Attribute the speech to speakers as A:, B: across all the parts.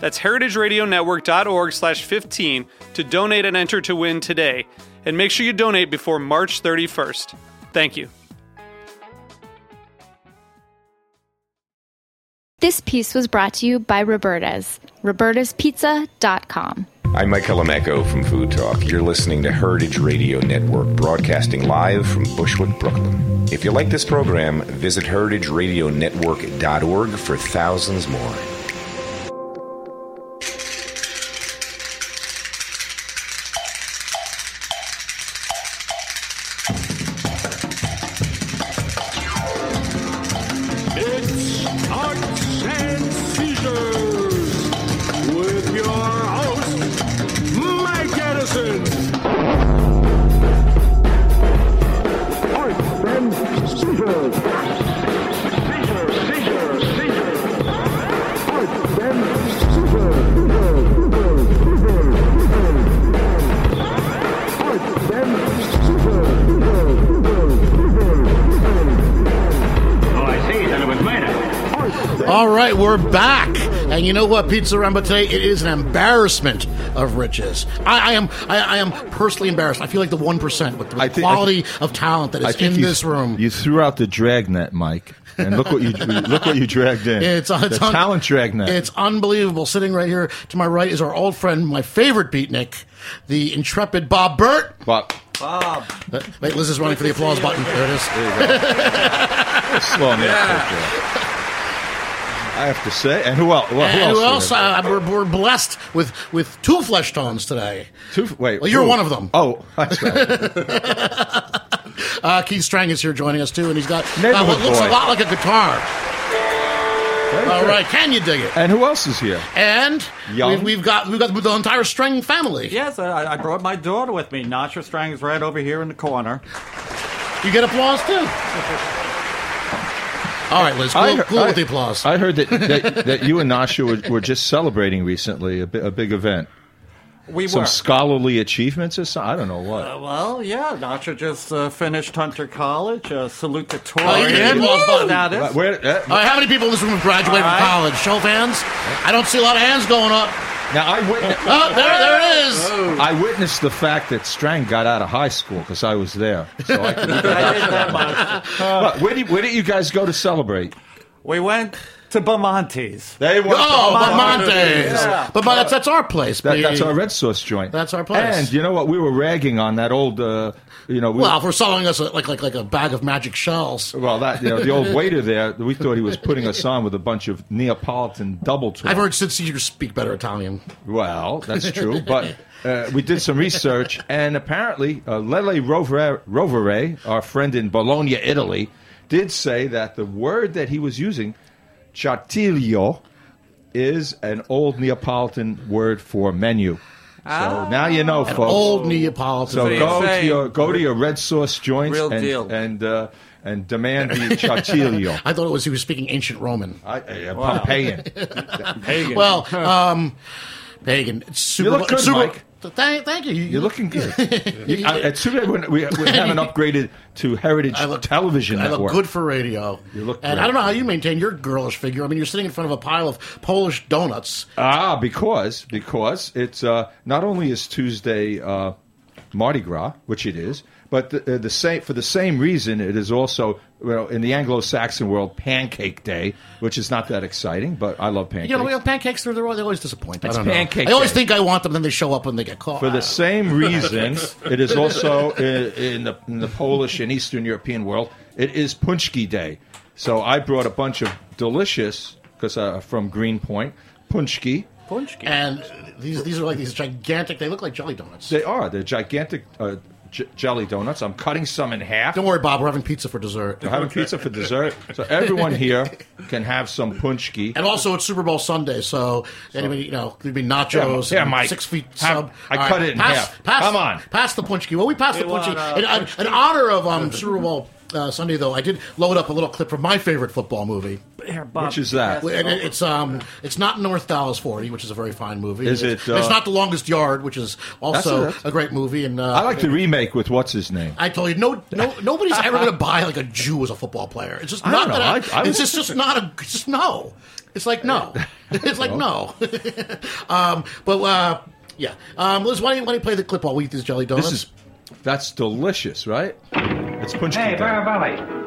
A: That's heritageradionetwork.org slash 15 to donate and enter to win today. And make sure you donate before March 31st. Thank you.
B: This piece was brought to you by Roberta's, robertaspizza.com.
C: I'm Mike Elameko from Food Talk. You're listening to Heritage Radio Network, broadcasting live from Bushwick, Brooklyn. If you like this program, visit heritageradionetwork.org for thousands more.
D: It's Arts and Seizures with your host, Mike Edison. Arts and Seizures. Seizures, seizures, seizures. Arts and Seizures. seizures, seizures, seizures. Arts and Seizures. seizures, seizures, seizures.
E: Oh, I see. Then it was later.
F: All right, we're back. And you know what, Pizza Rumba today? It is an embarrassment of riches. I, I am I, I am personally embarrassed. I feel like the one percent with the
G: I think-
F: quality of talent that
G: I
F: is
G: think
F: in
G: you-
F: this room.
G: You threw out the dragnet, Mike, and look what you look what you dragged in.
F: It's,
G: the
F: it's un-
G: talent dragnet.
F: It's unbelievable. Sitting right here to my right is our old friend, my favorite beatnik, the intrepid Bob Burt.
G: Bob,
F: Uh, Wait, Liz is running for the applause button. There it is.
G: slow me up right there. I have to say, and who else? Well, who
F: And who
G: else?
F: else? Uh, we're, we're blessed with, with two flesh tones today.
G: Two, wait,
F: Well, you're
G: who?
F: one of them.
G: Oh, that's right.
F: Uh, Keith Strang is here joining us too, and he's got uh,
G: Neighborhood
F: what looks
G: boy.
F: a lot like a guitar.
G: Very
F: All
G: good.
F: right, can you dig it?
G: And who else is here?
F: And
G: Young.
F: we've, we've got we've got the entire Strang family.
H: Yes, I, I brought my daughter with me. Nacha Strang's right over here in the corner.
F: You get applause too. All right, Liz, cool,
G: I-
F: cool
G: I-
F: with the applause.
G: I heard that that, that you and Nasha were, were just celebrating recently a, bi- a big event,
H: We
G: some
H: were.
G: scholarly achievements or something. I don't know what.
H: Uh, well, yeah, Nacha just uh, finished Hunter College, uh,
F: Oh, you did?
H: salutatorian.
F: Woo!
H: That is-
G: Right, where, uh,
F: All right, how many people in this room have graduated
H: All right.
F: from college? Show of hands. I don't see a lot of hands going up.
G: now I witnessed,
F: Oh, there, there it is.
G: I witnessed the fact that Strang got out of high school because I was there. So I can,
H: I did that much.
G: Well, where, did, where did you guys go to celebrate?
H: We went to Bamontes.
G: They were.
F: Oh,
H: Montes.
F: Bamontes.
H: Yeah.
F: But, but that's, that's our place.
G: That,
F: We-
G: that's our Red Sauce joint.
F: That's our place.
G: And you know what? We were ragging on that old, uh, you know, we,
F: well, if we're selling us a, like like like a bag of magic shells.
G: well, that you know, the old waiter there. We thought he was putting us on with a bunch of Neapolitan double.
F: I've
G: twelve.
F: heard Sid Caesar speak better Italian.
G: Well, that's true, but uh, we did some research, and apparently, uh, Lele Rovere, Rovere, our friend in Bologna, Italy, did say that the word that he was using, "chartiglio," is an old Neapolitan word for menu. So now you know, folks.
F: Old Neapolitan.
G: so
H: you
G: go to
H: say-
G: your go to your red sauce joints
H: Real
G: and
H: deal.
G: and uh, and demand the chartiglio.
F: I thought it was he was speaking ancient Roman.
G: I, I, Pompeian.
H: Pagan.
F: Well, um, Pagan, it's super.
G: look good,
F: super-
G: Mike.
F: Th- Thank, thank you. You-
G: You're looking good. you, I, it's too bad when we, we haven't upgraded to Heritage
F: I look-
G: Television
F: I
G: Network.
F: look good for radio.
G: You look
F: and
G: great.
F: I don't know how you maintain your girlish figure. I mean, you're sitting in front of a pile of Polish donuts.
G: Ah, because because it's uh, not only is Tuesday uh, Mardi Gras, which it is, but the, uh, the same for the same reason it is also well, in the Anglo-Saxon world Pancake Day, which is not that exciting, but I love pancakes.
F: You know, we have pancakes. They're, they're always- they always disappoint.
G: It's
F: I don't know.
G: pancake
F: I always
G: day.
F: think I want them, then they show up and they get caught.
G: For the same reason, it is also i- in the, in the Polish and Eastern European world, it is Punchki Day. So I brought a bunch of delicious, because uh, from Greenpoint, Punchki.
H: Punchki.
F: and these these are like these gigantic. They look like jelly donuts.
G: They are, they're gigantic uh, j- jelly donuts. I'm cutting some in half.
F: Don't worry, Bob. We're having pizza for dessert.
G: We're having pizza for dessert. So everyone here can have some Punchki.
F: And also, it's Super Bowl Sunday, so anybody, you know, there'd be nachos,
G: Yeah,
F: and
G: Mike.
F: six feet
G: Have-
F: sub.
G: I
F: All
G: cut it in
F: pass,
G: half.
F: Pass,
G: Come on.
F: pass the punchki. Well, we passed
H: We
F: the punchki.
H: want, uh,
F: in, in- in honor of um, Super Bowl uh, Sunday, though, I did load up a little clip from my favorite football movie.
H: Here, Bob,
G: Which is that?
F: And it- it's um, it's not North Dallas Forty, which is a very fine movie.
G: Is
F: It's-
G: it, uh,
F: it's not The Longest Yard, which is also
G: That's- that's-
F: a great movie. And uh,
G: I like the remake with what's his name.
F: I told you, no, no, nobody's ever going to buy like a Jew as a football player. It's just
G: I
F: not.
G: don't know.
F: that I-
G: I- I
F: it's
G: was-
F: just, just not a. it's Just no. It's like no. It's like no. um, but uh, yeah, um, Liz, why don't, you, why don't you play the clip while we eat these jelly donuts?
G: This is that's delicious, right? It's Punchki
E: Hey,
G: Day.
E: Barabelli.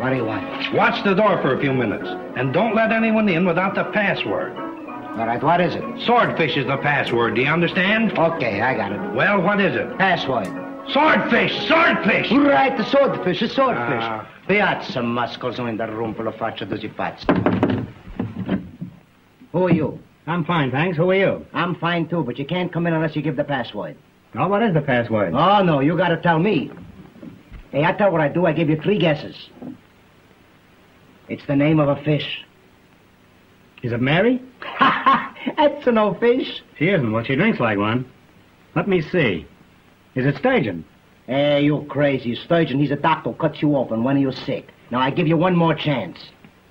E: What do you want? Watch the door for a few minutes. And don't let anyone in without the password. All right, what is it? Swordfish is the password, do you understand? Okay, I got it. Well, what is it? Password. Swordfish! Swordfish! Ah. Right, the swordfish, the swordfish. Piazza muscles in the room full of faccia dosi Who are you? I'm fine, thanks. Who are you? I'm fine too, but you can't come in unless you give the password. Oh, what is the password? Oh, no, you gotta tell me. Hey, I tell what I do, I give you three guesses. It's the name of a fish. Is it Mary? That's an old fish. She isn't. Well, she drinks like one. Let me see. Is it sturgeon? Hey, you crazy. Sturgeon, he's a doctor, cuts you open when you're sick. Now, I give you one more chance.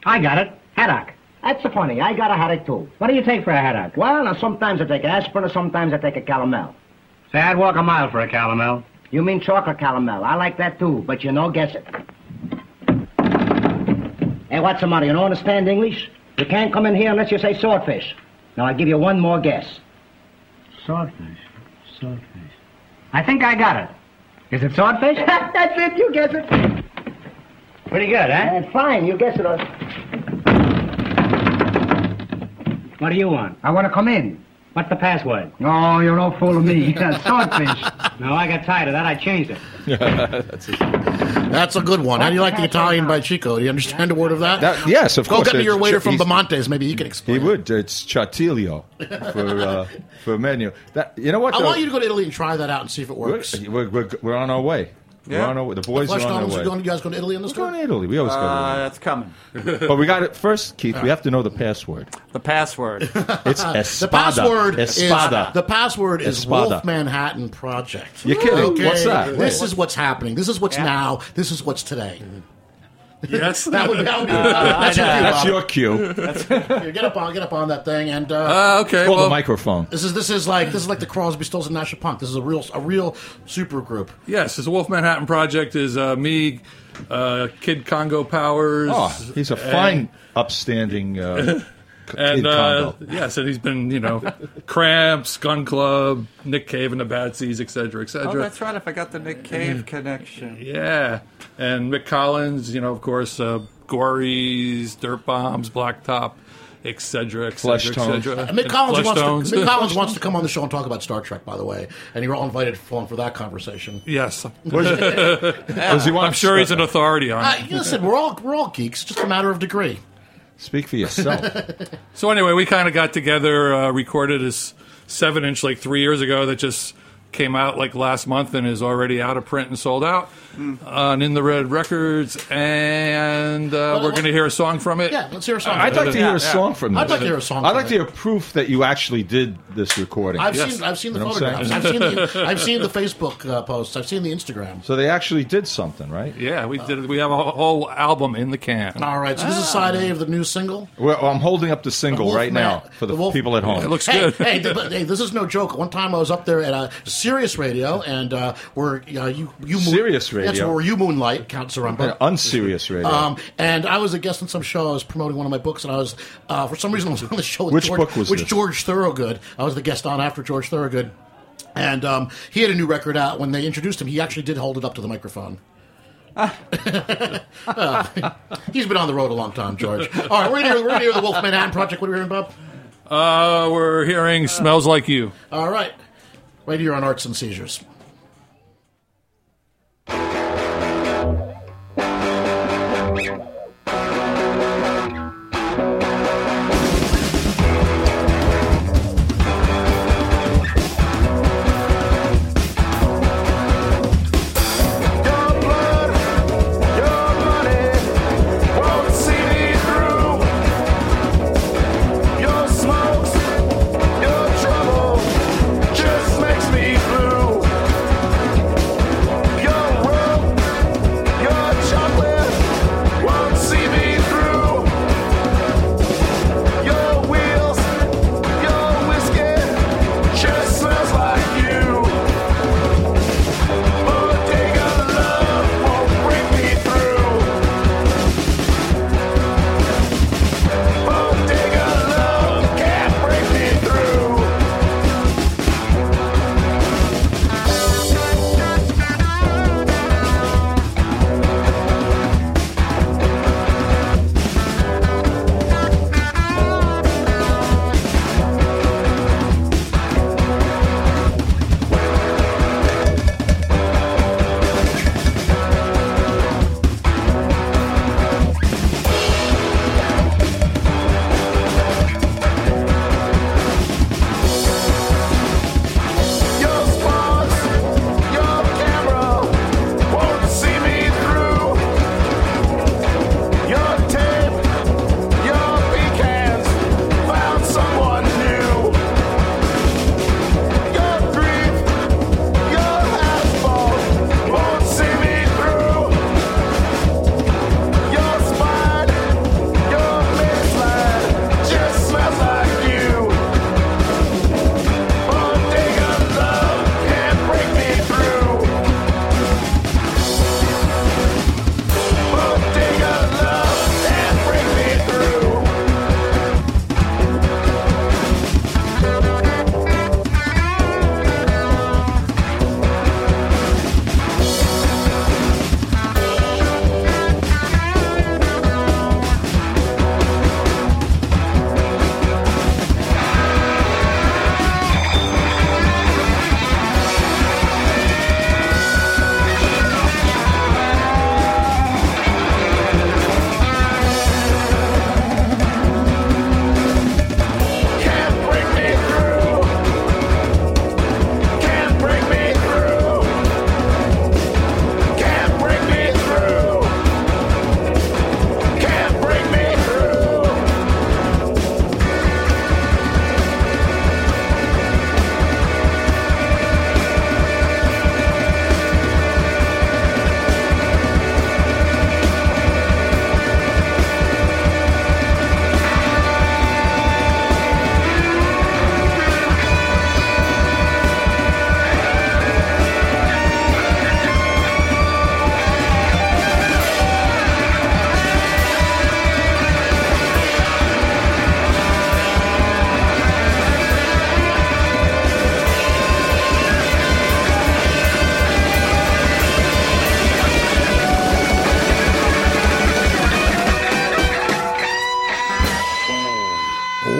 E: I got it. Haddock. That's the funny. I got a haddock, too. What do you take for a haddock? Well, now, sometimes I take aspirin or sometimes I take a calomel. Say, I'd walk a mile for a calomel. You mean chocolate calomel. I like that, too, but you know, guess it. Hey, what's the matter? You don't understand English? You can't come in here unless you say swordfish. Now, I'll give you one more guess. Swordfish? Swordfish. I think I got it. Is it swordfish? That's it. You guess it. Pretty good, eh? huh? fine. You guess it. Or... What do you want? I want to come in. What's the password? Oh, you're all fool of me. swordfish. no, I got tired of that. I changed it.
F: That's a good one. How do you like the Italian by Chico? Do you understand a word of that?
G: That- yes, of course.
F: Go get me your
G: It's-
F: waiter from
G: he's-
F: Bamontes. Maybe he can
G: He
F: explain. it.
G: would. It's Chartilio for uh, for menu. That you know what?
F: I
G: though?
F: want you to go to Italy and try that out and see if it
G: We're,
F: works.
G: we're, we're, we're on our way. We're
H: Yeah.
G: on our way. The boys
F: Flesh
G: are on
F: donuts.
G: their
F: You
G: way.
F: going- you guys going to Italy in this
G: We're going
F: tour?
G: to Italy. We always
H: uh,
G: go.
H: that's coming.
G: To Italy.
I: Uh,
G: But we got it first, Keith. We have to know the password.
H: The password.
G: It's Espada.
F: The password
G: Espada.
F: is the password is
G: Espada.
F: Wolf Manhattan Project.
G: You're kidding. What's that?
F: This
G: Wait.
F: is what's happening. This is what's now. This is what's today.
A: Yes.
F: That would, that would be, that's your cue,
G: That's
F: Bob.
G: your cue.
F: Here, get up on get up on that thing and. Uh,
I: Uh, okay.
G: Pull the
I: well,
G: microphone.
F: this is this is like this is like the Crosby, Stills and Nash Punk. This is a real a real super group.
I: yes, it's the Wolf Manhattan Project is uh, me, uh, Kid Congo Powers.
G: Oh, he's a fine, upstanding uh, c- kid
I: And uh,
G: combo.
I: yes, and he's been, you know, Cramps, Gun Club, Nick Cave and the Bad Seeds, et cetera, et cetera.
H: oh, that's right. I forgot the Nick Cave connection.
I: Yeah, and Mick Collins, you know, of course, uh, Gories, Dirt Bombs, Blacktop, etc., etc.,
G: Flesh
I: etc.
F: And Mick Collins wants to, Mick
I: Fleshstones.
F: Collins wants to come on the show and talk about Star Trek, by the way. And you're all invited for, for that conversation.
I: Yes,
G: Does he want
I: I'm sure he's an authority on
F: Uh,
I: it.
F: you listen, we're all we're all geeks. It's just a matter of degree.
G: Speak for yourself.
I: So anyway, we kind of got together, uh, recorded this seven-inch like three years ago that just came out like last month and is already out of print and sold out on In the Red Records, and uh, we're
F: what-
I: going to hear a song from it.
F: Yeah, let's hear a song.
G: I'd like to hear a song from this.
F: I'd like to hear a song
G: I'd
F: from
G: like
F: it.
G: to hear proof that you actually did this recording.
F: I've
I: Yes.
F: seen I've seen the
G: You know what I'm
F: photographs. I've seen the, I've seen the Facebook uh, posts. I've seen the Instagram.
G: so they actually did something, right?
I: Yeah, we did. We have a whole album in the can.
F: All right, so this is side
G: Ah.
F: A of the new single.
G: Well, I'm holding up the
F: The
G: single
F: Wolf
G: right now
F: Man-
G: for the,
F: Wolf-
G: people at home.
I: It looks
F: hey,
I: good.
F: hey, th- but, hey, this is no joke. One time I was up there at uh, Sirius Radio, and uh, where uh, you you moon-
G: Sirius
F: That's
G: Radio.
F: where you moonlight, Count Sarumba.
G: An unserious radio.
F: Um, and I was a guest on some show. I was promoting one of my books, and I was uh, for some reason I was on the show. With
G: Which
F: George,
G: book was
F: which
G: this?
F: George Thorogood? I was the guest on after George Thorogood.
D: And um, he had a new record out. When they introduced him, he actually did hold it up to the microphone. Uh, he's been on the road a long time, George. All right, we're going to hear the Wolf Manhattan Project. What are we hearing, Bob?
I: Uh, we're hearing "Smells Like You."
D: All right. Right here on Arts and Seizures.
J: Oh, oh,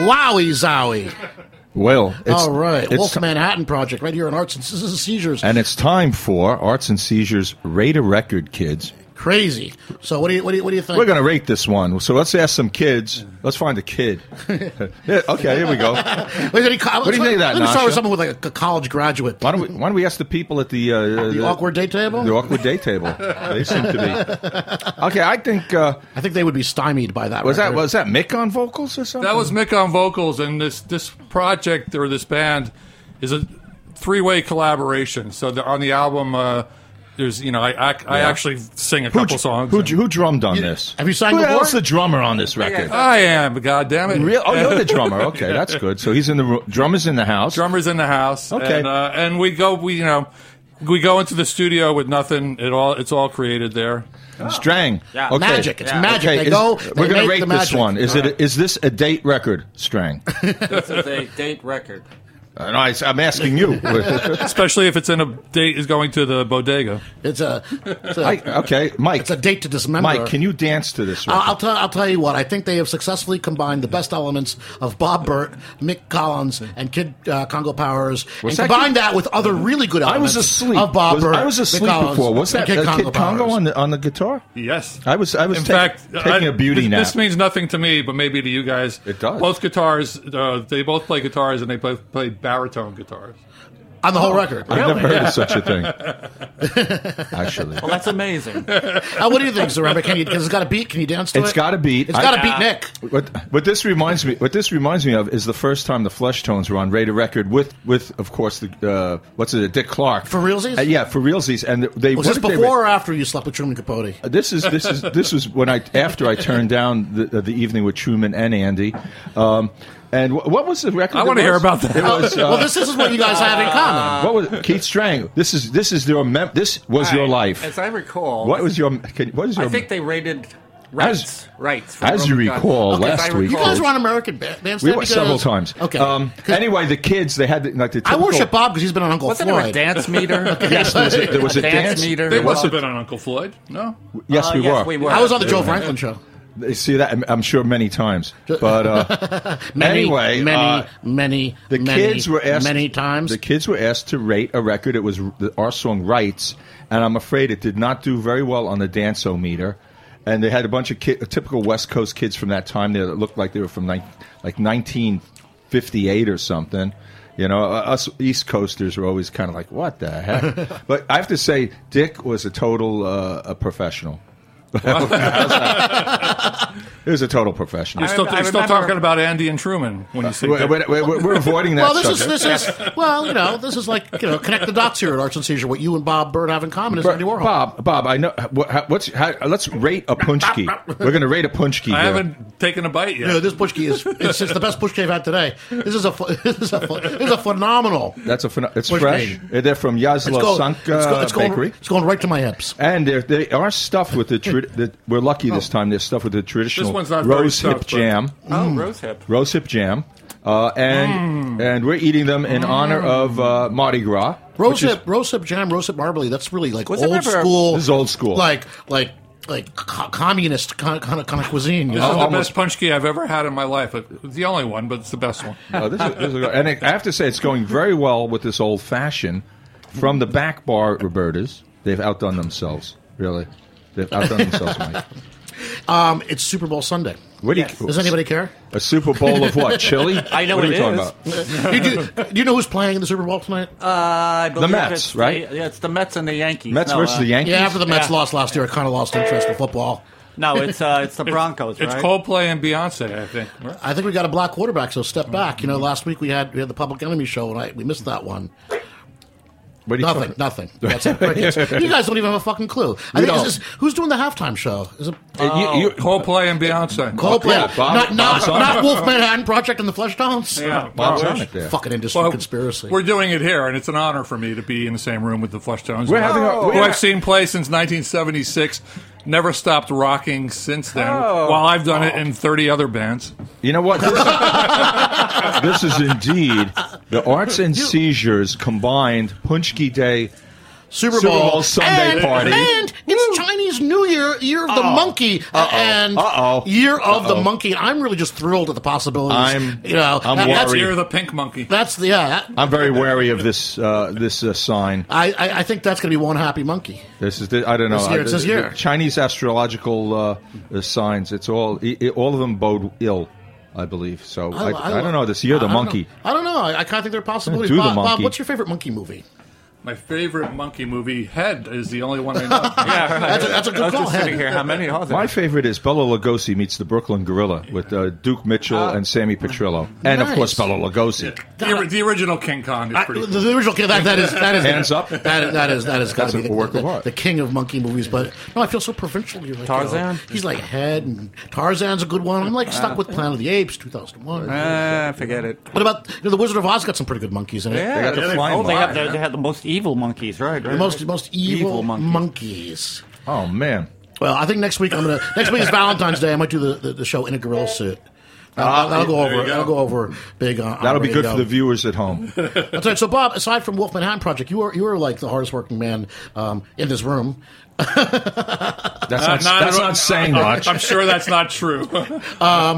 D: Wowie zowie.
G: Well, it's,
D: All right.
G: it's
D: Wolf
G: ti-
D: Manhattan Project right here on Arts and Se- Se- Seizures.
G: and it's time for Arts and Seizures Rate a Record, kids.
D: Crazy. So what do you what do you, what do you think?
G: We're going to rate this one. So let's ask some kids. Let's find a kid. Yeah, okay, here we go. Why
D: Wait, let me co-
G: What do you think of that,
D: Let me start
G: Nasha?
D: with someone with like a, a college graduate.
G: don't we, why don't we ask the people at the uh,
D: The awkward day table?
G: The awkward day table. They seem to be. Okay, I think uh,
D: I think they would be stymied by that.
G: was that
D: record.
G: was that Mick on vocals or something?
I: That was Mick on vocals, and this this project or this band is a three way collaboration. So the, on the album, uh, there's you know I I, I actually sing a
G: who,
I: couple songs.
G: Who,
I: and-
G: who drummed on this?
D: have you sang
G: who
D: before?
G: else the drummer on this record?
I: I am, God damn it!
G: Real? Oh, you're the drummer. Okay, that's good. So he's in the ro- drummer's in the house.
I: drummers in the house.
G: Okay.
I: and, uh, and we go we you know we go into the studio with nothing at all. It's all created there.
G: Strang.
H: Yeah.
G: Okay.
D: Magic. It's
H: Yeah.
D: magic.
G: Okay,
D: they
G: is-
D: go.
G: we're
D: going
G: gonna
D: to
G: rate
D: the
G: this
D: magic.
G: one. Is it? Is this a date record, Strang?
H: This is a date record.
G: And I, I'm asking you.
I: Especially if it's in a date is going to the bodega.
F: It's a, it's a,
G: I, okay, Mike.
F: it's a date to dismember.
G: Mike, can you dance to this?
F: I'll,
G: record?
F: I'll, tell, I'll tell you what. I think they have successfully combined the best elements of Bob Burt, Mick Collins, and Kid uh, Congo Powers,
G: Was
F: and
G: that
F: combined
G: Kid-
F: that with other really good
G: I
F: elements
G: was asleep.
F: of Bob
G: Was-
F: Burt.
G: I was
F: Mick
G: asleep
F: Collins,
G: before. Was
F: and
G: that uh, Kid Congo
F: Powers.
G: on the on the guitar?
I: Yes.
G: I was I was
I: In
G: ta-
I: fact,
G: taking
I: a
G: a beauty
I: this,
G: nap.
I: This means nothing to me, but maybe to you guys.
G: It does.
I: Both guitars, uh, they both play guitars, and they both play baritone guitars.
G: Oh.
F: on the whole record?
G: I've never heard of such a thing. Actually,
H: Well, that's amazing.
F: Uh, what do you think, Zaremba? Can you? Because it's got a beat. Can you dance to it?
G: It's got a beat.
F: It's
G: I-
F: got a
G: Yeah.
F: beat, Nick.
G: What, what this reminds me, what this reminds me of, is the first time the Flesh Tones were on Raider Record with, with of course, the uh, what's it, Dick Clark
F: For realsies?
G: Uh, yeah, for realsies, and they
F: Was this
G: what did they-
F: before or after you slept with Truman Capote?
G: this is this is this was when I after I turned down the the evening with Truman and Andy, um, and wh- what was the record?
I: I
G: it
I: wanna hear
G: was?
I: about that.
G: It was, uh,
F: well, this, this is what you guys have in common.
G: what was Keith Strang? This is this is your mem- this was your life.
H: As I recall,
G: what was your can, what is your
H: I think they rated
G: As-
H: rights. rights for
G: as you
H: Roman Gods.
G: recall,
H: Okay,
G: last
H: as I
G: week-
F: You
H: recall.
F: guys were on American Ba-
G: we
F: Bandstand
G: went
F: because-
G: several times.
F: Okay.
G: Um,
F: 'Cause
G: anyway, the kids they had the, like the
F: I
G: typical-
F: worship Bob because he's been on Uncle
H: Wasn't
F: Floyd.
H: there a dance meter?
G: Yes, there was a, there was a
H: Dance
G: dance
H: meter.
I: They
H: There
I: must
H: was-
I: have been on Uncle Floyd. No.
G: Yes,
H: Uh,
G: we,
H: yes,
G: were.
H: we were.
F: I was on the Joe Franklin show.
G: They See that? I'm, I'm sure many times. But uh,
F: Many,
G: anyway,
F: many,
G: uh,
F: many,
G: the
F: many,
G: kids were asked
F: many times.
G: The kids were asked to rate a record. It was the, our song "Rights," and I'm afraid it did not do very well on the danceometer. And they had a bunch of ki- typical West Coast kids from that time there that looked like they were from nine like 1958 or something. You know, uh, us East Coasters were always kind of like, "What the heck?" but I have to say, Dick was a total uh, a professional. He was a total professional.
I: You're still,
H: I
I: you're still
H: remember-
I: talking about Andy and Truman when you say
G: We're,
I: that.
G: we're- we're- we're avoiding that.
F: well, this is
G: subject.
F: this is well, you know, this is like you know, connect the dots here at Arts and Seizure. What you and Bob Bird have in common is
G: Bro-
F: Andy Warhol.
G: Bob, Bob, I know. What, how, what's how, let's rate a punchki. We're going to rate a punchki.
I: I
G: here.
I: haven't taken a bite yet.
F: You know, this push key is it's, it's the best push key I've had today. This is a ph- this is a ph- this is a phenomenal.
G: That's a phen- it's
F: Pushki.
G: fresh. Uh, They're from Yasla Sanka
F: going,
G: uh, Bakery.
F: it's going right to my hips.
G: And they're, they are stuffed with the, tra- the. We're lucky this time. They're stuffed with the traditional
I: one's not very
G: rose hip
I: stuffed, but-
G: jam,
H: Oh, rose hip.
G: rose hip jam, uh, and and we're eating them in honor of uh, Mardi Gras.
F: Rose
G: which is-
F: hip, rose hip jam, rose hip marbly. That's really like
H: Was it
F: old
H: ever-
F: school.
G: This is old school.
F: Like like like co- communist kind of, kind of, kind of cuisine. You
I: This is
G: Oh,
F: know?
I: the best punch key I've ever had in my life. It's the only one, but it's the best one.
G: Oh, this is, this is good. and it, I have to say, it's going very well with this old fashioned from the back bar at Roberta's. They've outdone themselves, really. They've outdone themselves, Mike.
F: Um, it's Super Bowl Sunday.
G: What do you-
F: Does anybody care?
G: A Super Bowl of what? Chili?
H: I know
G: what are
H: it
G: we talking
H: is.
G: about?
F: do, you, do you know who's playing in the Super Bowl tonight?
G: Uh,
H: Uh, I believe
G: Mets,
H: it's
G: right?
H: The, yeah, it's the Mets and the Yankees.
G: Mets
H: no,
G: versus
H: uh,
G: the Yankees.
F: yeah, after the Mets
H: yeah.
F: lost last year, I kind of lost interest in football.
H: No, it's uh, it's the Broncos.
I: It's
H: right? Uh,
I: Coldplay and Beyonce, I think. right?
F: I think we got a black quarterback, so step back. You know, last week we had we had the Public Enemy show, and I, we missed that one.
G: What are you
F: Nothing,
G: talking-
F: nothing. That's it. Right, yes. You guys don't even have a fucking clue. I
G: We
F: think
G: don't.
F: this is who's doing the halftime show? Is it
G: Uh, you- you-
I: Oh, Coldplay and Beyonce.
F: Coldplay?
G: yeah, Bob-
F: not
G: Bob
F: not,
G: Sonic.
F: not Wolf Manhattan Project and the Flesh Tones.
H: Yeah.
G: Bob Sonic there.
F: Fucking industry
I: Well,
F: conspiracy.
I: We're doing it here, and it's an honor for me to be in the same room with the Flesh Tones,
G: We're having a-
I: who
G: we're-
I: I've seen play since 1976. Never stopped rocking since then.
G: Oh.
I: While I've done it in 30 other bands.
G: You know what? This, this is indeed the arts and seizures combined Punchki Day.
F: Super
G: Super
F: Bowl,
G: Bowl Sunday
F: and,
G: party. Mm.
F: and it's Chinese New Year, year of the monkey, uh, and
G: Uh-oh.
F: year of the monkey. I'm really just thrilled at the possibilities.
G: I'm-
F: you know,
G: I'm
F: that-
I: That's
F: that's,
G: worried.
I: Year of the Pink Monkey.
F: that's the yeah. that-
G: I'm very wary of this uh, this uh, sign.
F: I, I I think that's going to be one happy monkey.
G: This is the, I don't know.
F: This year, it's this
G: The-
F: year.
G: the Chinese astrological uh, uh, signs. It's all i i- all of them bode ill, I believe. So I, I, don't know. This year, the
F: I don't
G: monkey.
F: know. I don't know. I, I kind of think there are possibilities.
G: Do the
F: Bob, Bob,
G: monkey.
F: what's your favorite monkey movie?
I: My favorite monkey movie, Head, is the only one I know.
H: Yeah, right.
F: That's a- that's a good
H: I was
F: call,
H: just sitting
F: Hen.
H: here. How many are there?
G: My favorite is Bella Lugosi meets the Brooklyn Gorilla with uh, Duke Mitchell and Sammy Petrillo, and of
F: uh, Nice.
G: course Bella Lugosi.
I: The, ori- the original King Kong is
F: I,
I: pretty
F: the,
I: cool.
F: the original that, that is that is
G: Hands up.
F: That, that is that is got
G: That's
F: to be
G: a
F: the,
G: work of
F: the-
G: art.
F: the king of monkey movies. But no, I feel so provincial. You're like you know,
H: Tarzan?
F: he's like head, and Tarzan's a good one. I'm like stuck with Planet of the Apes, 2001.
H: Ah, forget it.
F: What about you know, the Wizard of Oz? Got some pretty good monkeys in it.
G: They got the flying
H: oh, they
G: monkey.
H: have the, they have the most evil monkeys, right?
F: The most most evil,
H: Evil monkey.
F: monkeys.
G: Oh man,
F: Well, I think next week I'm gonna. Next week is Valentine's Day. I might do the, the, the show in a gorilla suit. I'll,
I: Ah,
F: go
I: there you
F: over.
I: go.
F: I'll go over big. On, on
G: That'll be good
F: radio.
G: for the viewers at home.
F: That's right. So, Bob, aside from Wolfman Hound Project, you were you were like the hardest working man um, in this room.
G: That's not, that's not saying much.
I: I'm sure that's not true. Um,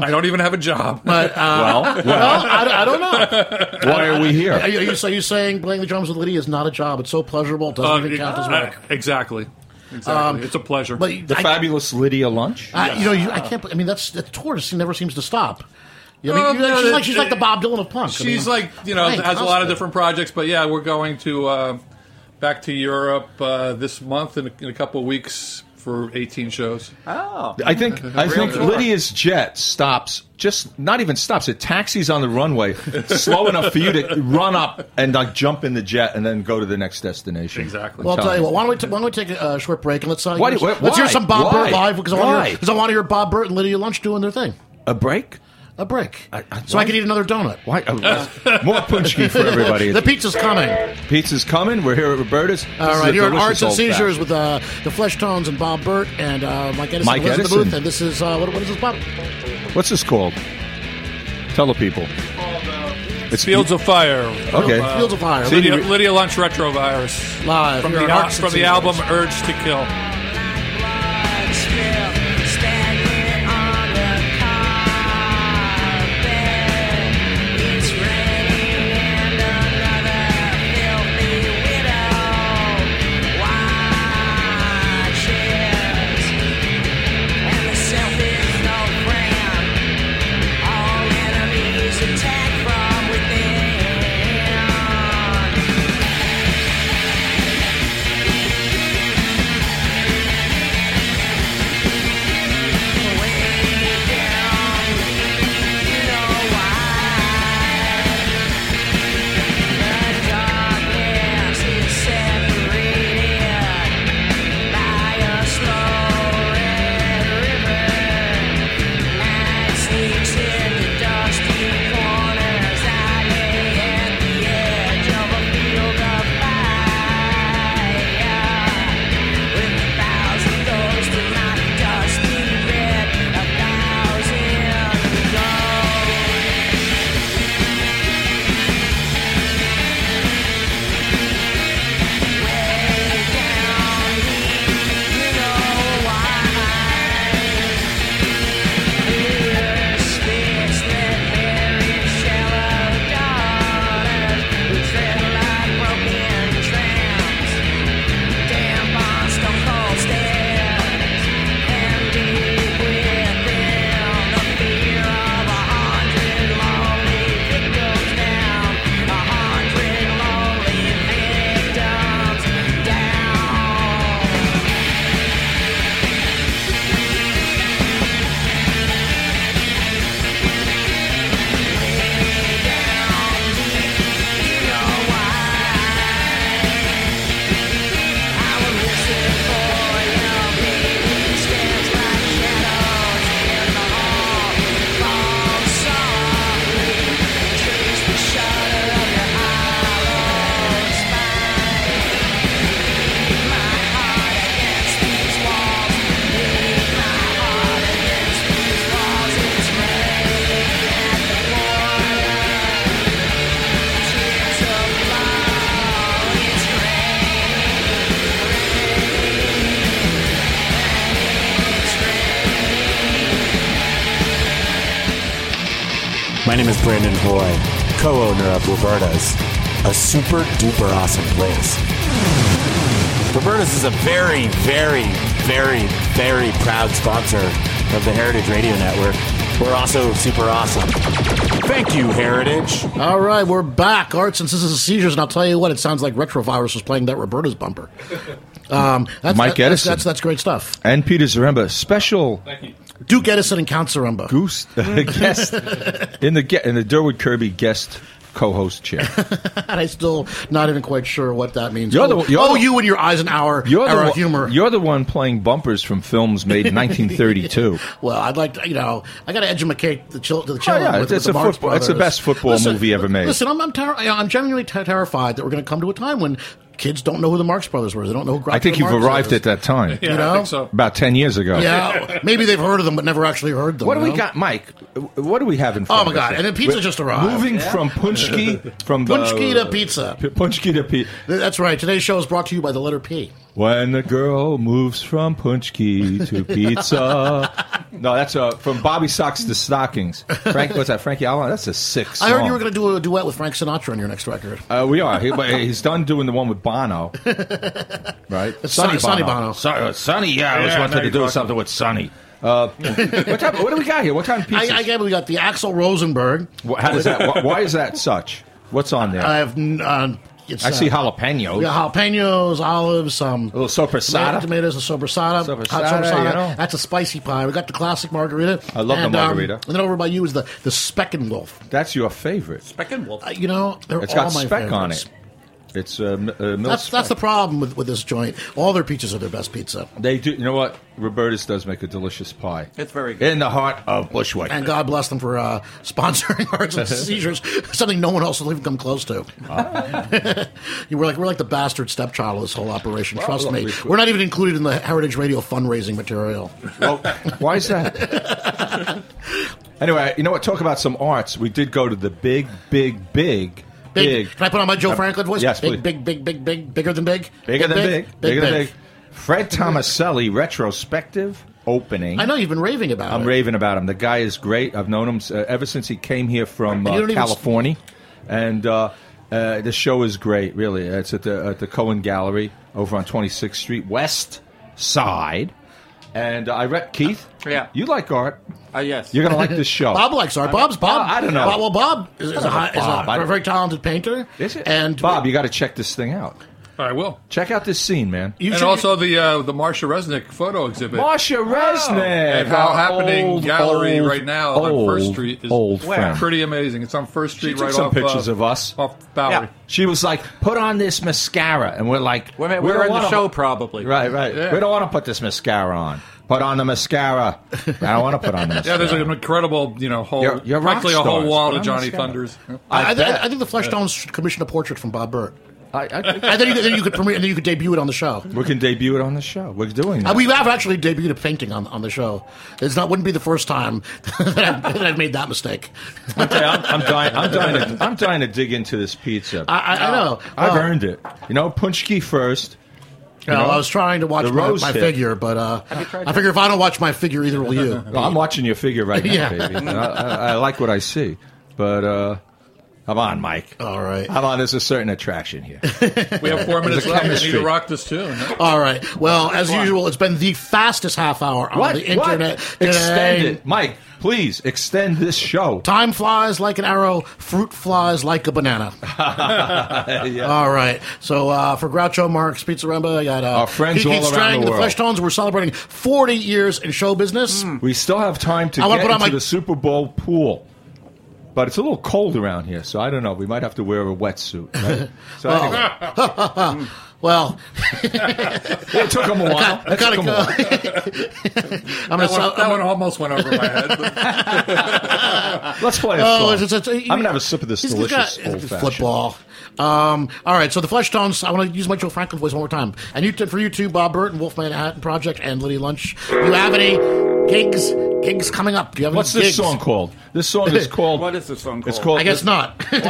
I: I don't even have a job.
F: But uh,
G: well,
F: well, I, I don't know.
G: why are we
F: Are
G: here?
F: you, are you- so you saying playing the drums with Lydia is not a job? It's so pleasurable. It doesn't
I: Uh,
F: even count as
I: uh,
F: work.
I: Exactly. Exactly. it's a pleasure.
F: But
G: The
F: I-
G: fabulous Lydia Lunch.
F: I, you know, you, I can't. I mean, that's the tortoise She never seems to stop. You know, I mean,
I: Um,
F: you- she's
I: no,
F: like she's
I: it-
F: like the Bob Dylan of punk. I
I: She's
F: mean,
I: like, you know,
F: playing
I: has a lot of
F: constantly.
I: different projects, but yeah, we're going to uh, back to Europe uh, this month in a, in a couple of weeks for 18 shows.
H: Oh.
G: I think I think
H: tour.
G: Lydia's jet stops just not even stops it taxis on the runway slow enough for you to run up and like jump in the jet and then go to the next destination.
I: Exactly.
G: I'm
F: Well, I'll tell
G: telling
F: you what. Why don't we, t- why don't we take a uh, short break and let's uh,
G: Why
F: hear,
G: do- why-
F: let's hear
G: why?
F: some Bob
G: Why?
F: Burt live because I want to
G: Why?
F: because I want to hear Bob Burt and Lydia Lunch doing their thing.
G: A break?
F: A break,
G: I- I-
F: so I can eat another donut.
G: Why? uh, more punchki for everybody.
F: The pizza's coming.
G: Pizza's coming. We're here at Roberta's. This
F: All
G: is
F: right,
G: a
F: you're at
G: delicious
F: Arts and
G: old fat.
F: Seizures with uh, the Flesh Tones and Bob Burt and uh, Mike Edison.
G: Mike
F: was in the
G: Edison.
F: booth, and this is uh, what, what is this, Bob?
G: What's this called? Tell the people. It's
I: uh,
G: e-
I: Fields of Fire.
G: Okay.
F: uh, Fields of Fire.
G: See,
I: Lydia,
G: you-
I: Lydia Lunch Retrovirus.
F: Live.
I: From,
F: You're
I: the,
F: an
I: al-
F: artist
I: from the
F: and
I: album Urge to Kill.
K: Attack from within. Dusty red, a thousand gold. Down.
J: My name is Brandon Hoy, co owner of Roberta's, a super duper awesome place. Roberta's is a very, very, very, very proud sponsor of the Heritage Radio Network. We're also super awesome. Thank you, Heritage.
F: All right, we're back. Arts and Sisters of Seizures, and I'll tell you what, it sounds like Retrovirus was playing that Roberta's bumper. Um, that's,
G: Mike
F: that-
G: Edison.
F: That's, that's, that's great stuff.
G: and Peter Zaremba, special
F: Duke Edison and Count Zaremba.
G: goose uh, guest in the ge- in the Durwood Kirby guest co-host chair.
F: And I'm still not even quite sure what that means.
G: You're the-
F: oh,
G: you're
F: oh,
G: the-
F: you and your Eisenhower
G: You're the
F: era
G: one,
F: humor.
G: You're the one playing bumpers from films made in 1932.
F: Well, I'd like to, you know, I got to edumacate the chil- to the
G: Oh,
F: children.
G: yeah, it's,
F: with, with
G: it's
F: the
G: a
F: Marx
G: football. It's the
F: Brothers.
G: best football
F: Listen,
G: movie ever made.
F: Listen, I'm I'm, ter- I'm genuinely ter- terrified that we're going to come to a time when kids don't know who the Marx Brothers were. They don't know who Groucho
G: I think you've
F: Marx
G: arrived
F: is.
G: at that time.
F: Yeah, You I know? think so.
G: About 10 years ago.
F: Yeah, maybe they've heard of them but never actually heard them.
G: What do
F: you
G: we
F: know?
G: got, Mike? What do we have in front
F: Oh my
G: of us
F: God!
G: here?
F: And then pizza
G: We're
F: just arrived.
G: Moving from Punchki, from the-
F: Punchki to pizza.
G: P- Punchki to pizza.
F: That's right. Today's show is brought to you by the letter P.
G: When the girl moves from punchki to pizza. no, that's uh, from Bobby Socks to Stockings. Frank, what's that? Frankie Allen? That's a six.
F: I heard you were going to do a duet with Frank Sinatra on your next record.
G: Uh, we are. He, but he's done doing the one with Bono, right?
F: It's Sonny- Sonny Bono.
G: So- uh, Sonny, yeah, I always
F: Yeah,
G: wanted
F: now
G: to
F: you're
G: do
F: talking.
G: something with Sonny. Uh, what, type, what do we got here? What kind of
F: I,
G: pizza?
F: I get we got the Axel Rosenberg.
G: Wh- How does that? wh- Why is that such? What's on there?
F: I have. n- Uh, it's,
G: I see
F: uh,
G: jalapenos.
F: We got jalapenos, olives, some
G: little sopressata.
F: tomatoes, a sopressata, hot
G: Sopressata,
F: sopressata.
G: you know.
F: That's a spicy pie. We got the classic margarita.
G: I love the
F: and, um,
G: margarita.
F: and then over by you is the the Speckenwolf.
G: That's your favorite.
F: Uh, you know, they're
G: It's
F: all
G: got
F: my
G: speck on
F: favorites.
G: it. It's uh, m- uh, milk
F: That's that's the
G: speck.
F: problem with, with this joint. All their pizzas are their best pizza.
G: They do. You know what? Roberta's does make a delicious pie.
F: It's very
G: In the heart of Bushwick.
F: And God bless them for uh, sponsoring hearts and seizures, something no one else will even come close to. you were like we're like the bastard stepchild of this whole operation.
G: Well,
F: Trust
G: look,
F: me,
G: we-
F: we're not even included in the Heritage Radio fundraising material.
G: Why is that? anyway, you know what? Talk about some arts. We did go to the big, big, big,
F: Big,
G: big.
F: Can I put on my Joe
G: Uh,
F: Franklin voice?
G: Yes,
F: big,
G: please.
F: big, big, big, big, bigger than big,
G: Bigger than big, bigger than big. Fred Tomaselli retrospective opening.
F: I know you've been raving about
G: I'm
F: it.
G: raving about him. The guy is great. I've known him uh, ever since he came here from
F: And you
G: uh,
F: don't even-
G: California, and uh, uh, the show is great. Really, it's at the at the Cohen Gallery over on 26th Street West Side. And uh, I read Keith. Yeah, you like art.
H: Uh, yes,
G: You're gonna like this show.
F: Bob likes art. Bob's Bob.
G: I don't know.
F: Bob- well, Bob is, is
G: I
F: a,
G: don't
F: high,
G: know, Bob. I
F: is a
G: don't-
F: very talented painter.
G: Is it?
F: And
G: Bob, you got to check this thing out.
I: I will.
G: Check out this scene, man.
I: and also the uh, the Marsha Resnick photo exhibit.
G: Marsha Resnick,
I: At How
G: our
I: Happening
G: old,
I: Gallery
G: old,
I: right now on
G: old,
I: First Street is
G: old friend.
I: pretty amazing. It's on First Street
G: She took
I: right
G: some
I: off, uh,
G: pictures of us.
I: off Bowery.
G: She was like, "Put on this mascara," and we're like,
H: Wait a minute,
G: "We
H: we were
G: don't
H: in the
G: wanna-
H: show probably.
G: Right, right.
I: Yeah.
G: We don't want to put this mascara on. Put on the mascara. I don't want to put on the
I: Yeah,
G: mascara.
I: there's an incredible, you know, whole
G: You're- you're rock
I: practically a whole
G: stars,
I: wall
G: but
I: to
G: I'm
I: Johnny
G: scared.
I: Thunders.
F: I, I,
G: bet.
F: I think the Fleshstones should commission a portrait from Bob Burt.
G: I,
F: and then you, then you could premiere, and then you could debut it on the show.
G: we can debut it on the show. We're doing
F: Uh,
G: that.
F: we have actually debuted a painting on, on the show. It's not wouldn't be the first time that, I've, that I've made that mistake.
G: Okay, I'm, I'm dying. I'm dying. To, I'm dying to dig into this pizza.
F: I, I, I know.
G: I've
F: Well,
G: earned it. You know, punchki first.
F: you know, I was trying to watch
G: the
F: my,
G: rose
F: my
G: hit.
F: figure, but uh, I figure if I don't watch my figure, either will you.
G: Well, I'm watching your figure right now,
F: Yeah.
G: baby. And I, I, I like what I see, but uh, come on, Mike.
F: All right.
G: Come on. There's a certain attraction here.
I: We have four minutes
G: a
I: left. We need
G: chemistry.
I: to rock this tune. huh?
F: All right. Well, as usual, it's been the fastest half hour on
G: What?
F: the internet
G: What?
F: today.
G: Extend it, Mike. Please extend this show.
F: Time flies like an arrow. Fruit flies like a banana.
G: Yeah.
F: All right. So uh, for Groucho Marx, Pizza Remba, I got uh,
G: Our friends
F: Keith
G: all around
F: Strang,
G: the
F: the
G: world. Hmm.
F: Flesh Tones. We're celebrating 40 years in show business.
G: We still have time to
F: I wanna
G: get
F: put on
G: into
F: my-
G: the Super Bowl pool. But it's a little cold around here, so I don't know. We might have to wear a wetsuit. Right? So
F: Well,
G: anyway,
F: well,
G: it took them a while.
F: I
G: It took
F: gotta
G: 'em a
F: go.
G: while.
F: I'm
I: That,
F: gonna.
I: one,
F: sell-
I: that one almost went over my head. but-
G: Let's play a
F: Oh,
G: song.
F: it's- it's-
G: I'm
F: it's-
G: gonna have a sip of this
F: he's
G: delicious
F: got-
G: old fashioned.
F: football. Um, all right, so the Flesh Tones. I want to use my Joe Franklin voice one more time. And you t- for you too, Bob Burton, Wolf Manhattan Project, and Liddy Lunch. Do you have any gigs? Gigs coming up? Do you have
G: What's
F: any
G: this
F: gigs?
G: song called? This song is called.
H: What is this song called?
G: It's called.
F: I guess not. we're